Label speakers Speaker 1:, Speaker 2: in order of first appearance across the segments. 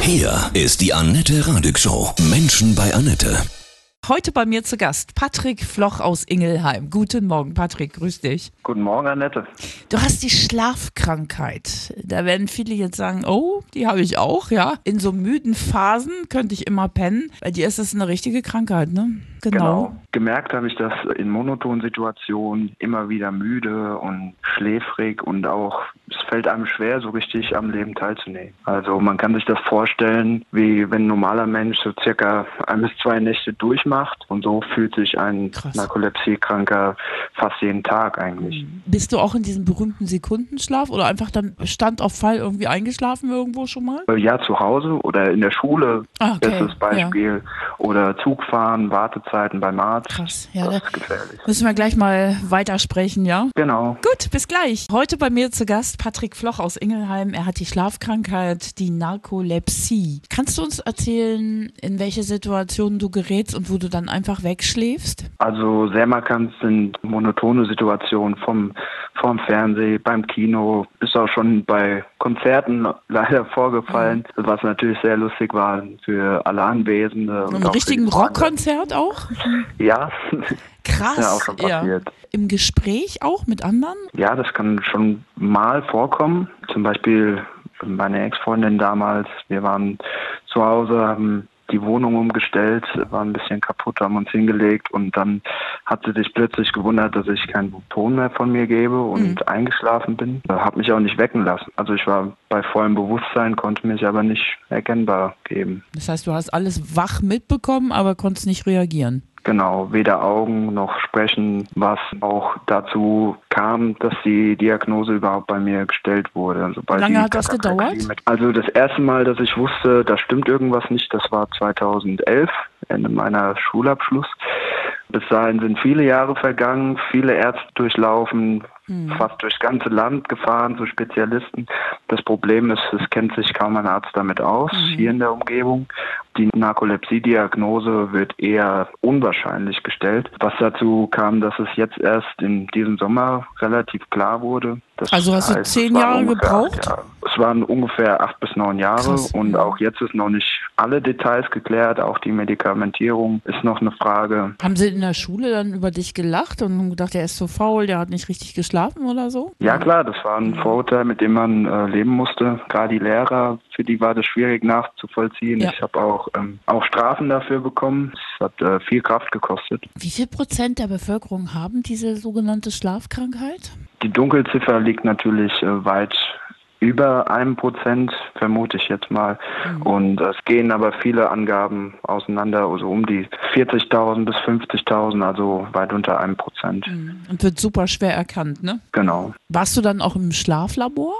Speaker 1: Hier ist die Annette Radig Show. Menschen bei Annette.
Speaker 2: Heute bei mir zu Gast Patrick Floch aus Ingelheim. Guten Morgen, Patrick, grüß dich.
Speaker 3: Guten Morgen, Annette.
Speaker 2: Du hast die Schlafkrankheit. Da werden viele jetzt sagen, oh, die habe ich auch, ja. In so müden Phasen könnte ich immer pennen. Bei dir ist das eine richtige Krankheit, ne?
Speaker 3: Genau. Gemerkt habe ich das in monotonen Situationen immer wieder müde und schläfrig und auch es fällt einem schwer, so richtig am Leben teilzunehmen. Also man kann sich das vorstellen, wie wenn ein normaler Mensch so circa ein bis zwei Nächte durchmacht und so fühlt sich ein
Speaker 2: Krass. Mhm.
Speaker 3: Narkolepsiekranker fast jeden Tag eigentlich.
Speaker 2: Bist du auch in diesem berühmten Sekundenschlaf oder einfach dann Stand auf Fall irgendwie eingeschlafen irgendwo schon mal?
Speaker 3: Äh, Ja, zu Hause oder in der Schule,
Speaker 2: Ah, okay,
Speaker 3: bestes Beispiel. Oder Zugfahren, Wartezeiten beim Arzt.
Speaker 2: Krass, ja,
Speaker 3: das
Speaker 2: da-
Speaker 3: ist gefährlich.
Speaker 2: Müssen wir gleich mal weitersprechen, ja?
Speaker 3: Genau.
Speaker 2: Gut, bis gleich. Heute bei mir zu Gast Patrick Floch aus Ingelheim. Er hat die Schlafkrankheit, die Narkolepsie. Kannst du uns erzählen, in welche Situationen du gerätst und wo du dann einfach wegschläfst?
Speaker 3: Also sehr markant sind monotone Situationen vom, vom Fernsehen, beim Kino, ist auch schon bei Konzerten leider vorgefallen, was natürlich sehr lustig war für alle Anwesende.
Speaker 2: Im
Speaker 3: auch für
Speaker 2: richtigen
Speaker 3: die Freunde.
Speaker 2: Rockkonzert auch?
Speaker 3: Ja,
Speaker 2: Krass.
Speaker 3: Ja, auch schon passiert.
Speaker 2: Im Gespräch auch mit anderen?
Speaker 3: ja, das kann schon mal vorkommen. Zum Beispiel meine Ex-Freundin damals, wir waren zu Hause, haben die Wohnung umgestellt, war ein bisschen kaputt, haben uns hingelegt und dann hat sie sich plötzlich gewundert, dass ich keinen Ton mehr von mir gebe und eingeschlafen bin. Hab mich auch nicht wecken lassen. Also ich war bei vollem Bewusstsein, konnte mich aber nicht erkennbar geben.
Speaker 2: Das heißt, du hast alles wach mitbekommen, aber konntest nicht reagieren.
Speaker 3: Genau, weder Augen noch Sprechen, was auch dazu kam, dass die Diagnose überhaupt bei mir gestellt wurde. Also bei
Speaker 2: Wie lange
Speaker 3: die
Speaker 2: hat das
Speaker 3: Kataplexie
Speaker 2: gedauert?
Speaker 3: mit- Also das erste Mal, dass ich wusste, da stimmt irgendwas nicht, das war 2011, Ende meiner Schulabschluss. Bis dahin sind viele Jahre vergangen, viele Ärzte durchlaufen,
Speaker 2: Hm.
Speaker 3: fast durchs ganze Land gefahren zu Spezialisten. Das Problem ist, es kennt sich kaum ein Arzt damit aus,
Speaker 2: Hm.
Speaker 3: hier in der Umgebung. Die Narkolepsie-Diagnose wird eher unwahrscheinlich gestellt, was dazu kam, dass es jetzt erst in diesem Sommer relativ klar wurde. Das
Speaker 2: Also hast du
Speaker 3: heißt, es
Speaker 2: zehn
Speaker 3: waren
Speaker 2: Jahre
Speaker 3: ungefähr acht
Speaker 2: gebraucht?
Speaker 3: Jahre. Es waren ungefähr acht bis neun Jahre
Speaker 2: Krass.
Speaker 3: und auch jetzt ist noch nicht alle Details geklärt, auch die Medikamentierung ist noch eine Frage.
Speaker 2: Haben sie in der Schule dann über dich gelacht und haben gedacht, der ist so faul, der hat nicht richtig geschlafen oder so?
Speaker 3: Ja klar, das war
Speaker 2: Mhm.
Speaker 3: ein Vorurteil, mit dem man äh, leben musste. Gerade die Lehrer, für die war das schwierig nachzuvollziehen.
Speaker 2: Ja.
Speaker 3: Ich habe auch, ähm, auch Strafen dafür bekommen. Es hat äh, viel Kraft gekostet.
Speaker 2: Wie viel Prozent der Bevölkerung haben diese sogenannte Schlafkrankheit?
Speaker 3: Die Dunkelziffer liegt natürlich äh, weit über einem Prozent, vermute ich jetzt mal. Und es gehen aber viele Angaben auseinander, also um die 40.000 bis 50.000, also weit unter einem Prozent.
Speaker 2: Und wird super schwer erkannt, ne?
Speaker 3: Genau.
Speaker 2: Warst du dann auch im Schlaflabor?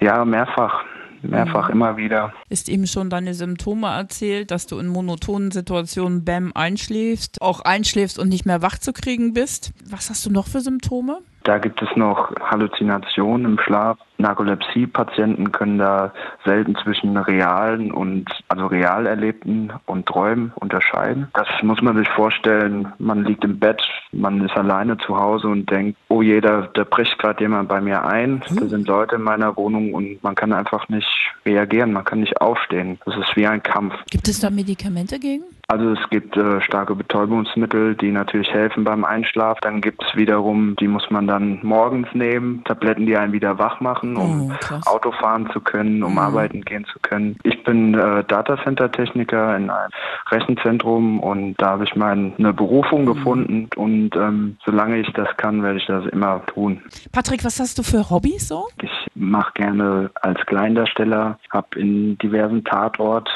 Speaker 3: Ja, mehrfach, mehrfach, immer wieder.
Speaker 2: Ist eben schon deine Symptome erzählt, dass du in monotonen Situationen Bäm einschläfst, auch einschläfst und nicht mehr wach zu kriegen bist. Was hast du noch für Symptome?
Speaker 3: Da gibt es noch Halluzinationen im Schlaf. Narkolepsie-Patienten können da selten zwischen realen und also real erlebten und Träumen unterscheiden. Das muss man sich vorstellen. Man liegt im Bett, man ist alleine zu Hause und denkt, oh je, da, da bricht gerade jemand bei mir ein. Da sind Leute in meiner Wohnung und man kann einfach nicht reagieren, man kann nicht aufstehen. Das ist wie ein Kampf.
Speaker 2: Gibt es da Medikamente gegen?
Speaker 3: Also es gibt äh, starke Betäubungsmittel, die natürlich helfen beim Einschlaf. Dann gibt es wiederum, die muss man dann morgens nehmen, Tabletten, die einen wieder wach machen, um
Speaker 2: Oh, krass.
Speaker 3: Auto fahren zu können,
Speaker 2: Mhm.
Speaker 3: um arbeiten gehen zu können. Ich bin äh, Datacenter-Techniker in einem Rechenzentrum und da habe ich meine
Speaker 2: Mhm.
Speaker 3: Berufung gefunden und ähm, solange ich das kann, werde ich das immer tun.
Speaker 2: Patrick, was hast du für Hobbys so?
Speaker 3: Ich mache gerne als Kleindarsteller, habe in diversen Tatort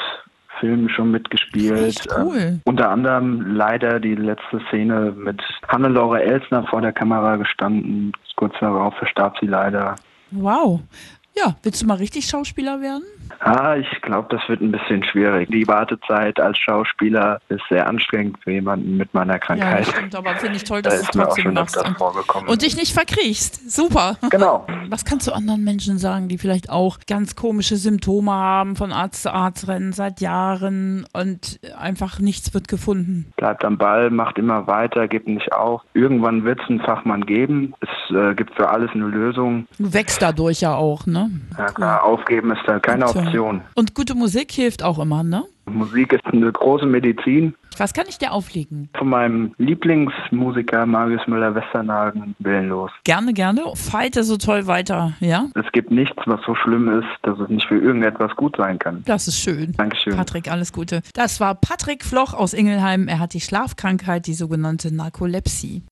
Speaker 3: Filmen schon mitgespielt.
Speaker 2: Echt cool.
Speaker 3: Ähm, unter anderem leider die letzte Szene mit Hannelore Elsner vor der Kamera gestanden. Kurz darauf verstarb sie leider.
Speaker 2: Wow. Ja, willst du mal richtig Schauspieler werden?
Speaker 3: Ah, ich glaube, das wird ein bisschen schwierig. Die Wartezeit als Schauspieler ist sehr anstrengend für jemanden mit meiner
Speaker 2: Ja, das
Speaker 3: Krankheit.
Speaker 2: stimmt, aber finde ich toll,
Speaker 3: da
Speaker 2: dass du es
Speaker 3: ist mir auch
Speaker 2: trotzdem
Speaker 3: schon
Speaker 2: machst.
Speaker 3: öfters vorgekommen.
Speaker 2: Und dich nicht verkriechst. Super.
Speaker 3: genau.
Speaker 2: Was kannst du anderen Menschen sagen, die vielleicht auch ganz komische Symptome haben, von Arzt zu Arzt rennen seit Jahren und einfach nichts wird gefunden?
Speaker 3: bleibt am Ball, macht immer weiter, gibt nicht auf. Irgendwann wird es einen Fachmann geben. Es äh, gibt für alles eine Lösung.
Speaker 2: Du wächst dadurch ja auch, ne? ne?
Speaker 3: Ja, klar, aufgeben ist da keine
Speaker 2: Tja.
Speaker 3: Option.
Speaker 2: Und gute Musik hilft auch immer, ne?
Speaker 3: Musik ist eine große Medizin.
Speaker 2: Was kann ich dir auflegen?
Speaker 3: Von meinem Lieblingsmusiker Marius Müller-Westernhagen willenlos.
Speaker 2: Gerne, gerne. Falte so toll weiter, ja?
Speaker 3: Es gibt nichts, was so schlimm ist, dass es nicht für irgendetwas gut sein kann.
Speaker 2: Das ist schön.
Speaker 3: Dankeschön.
Speaker 2: Patrick, alles Gute. Das war Patrick Floch aus Ingelheim. Er hat die Schlafkrankheit, die sogenannte Narkolepsie.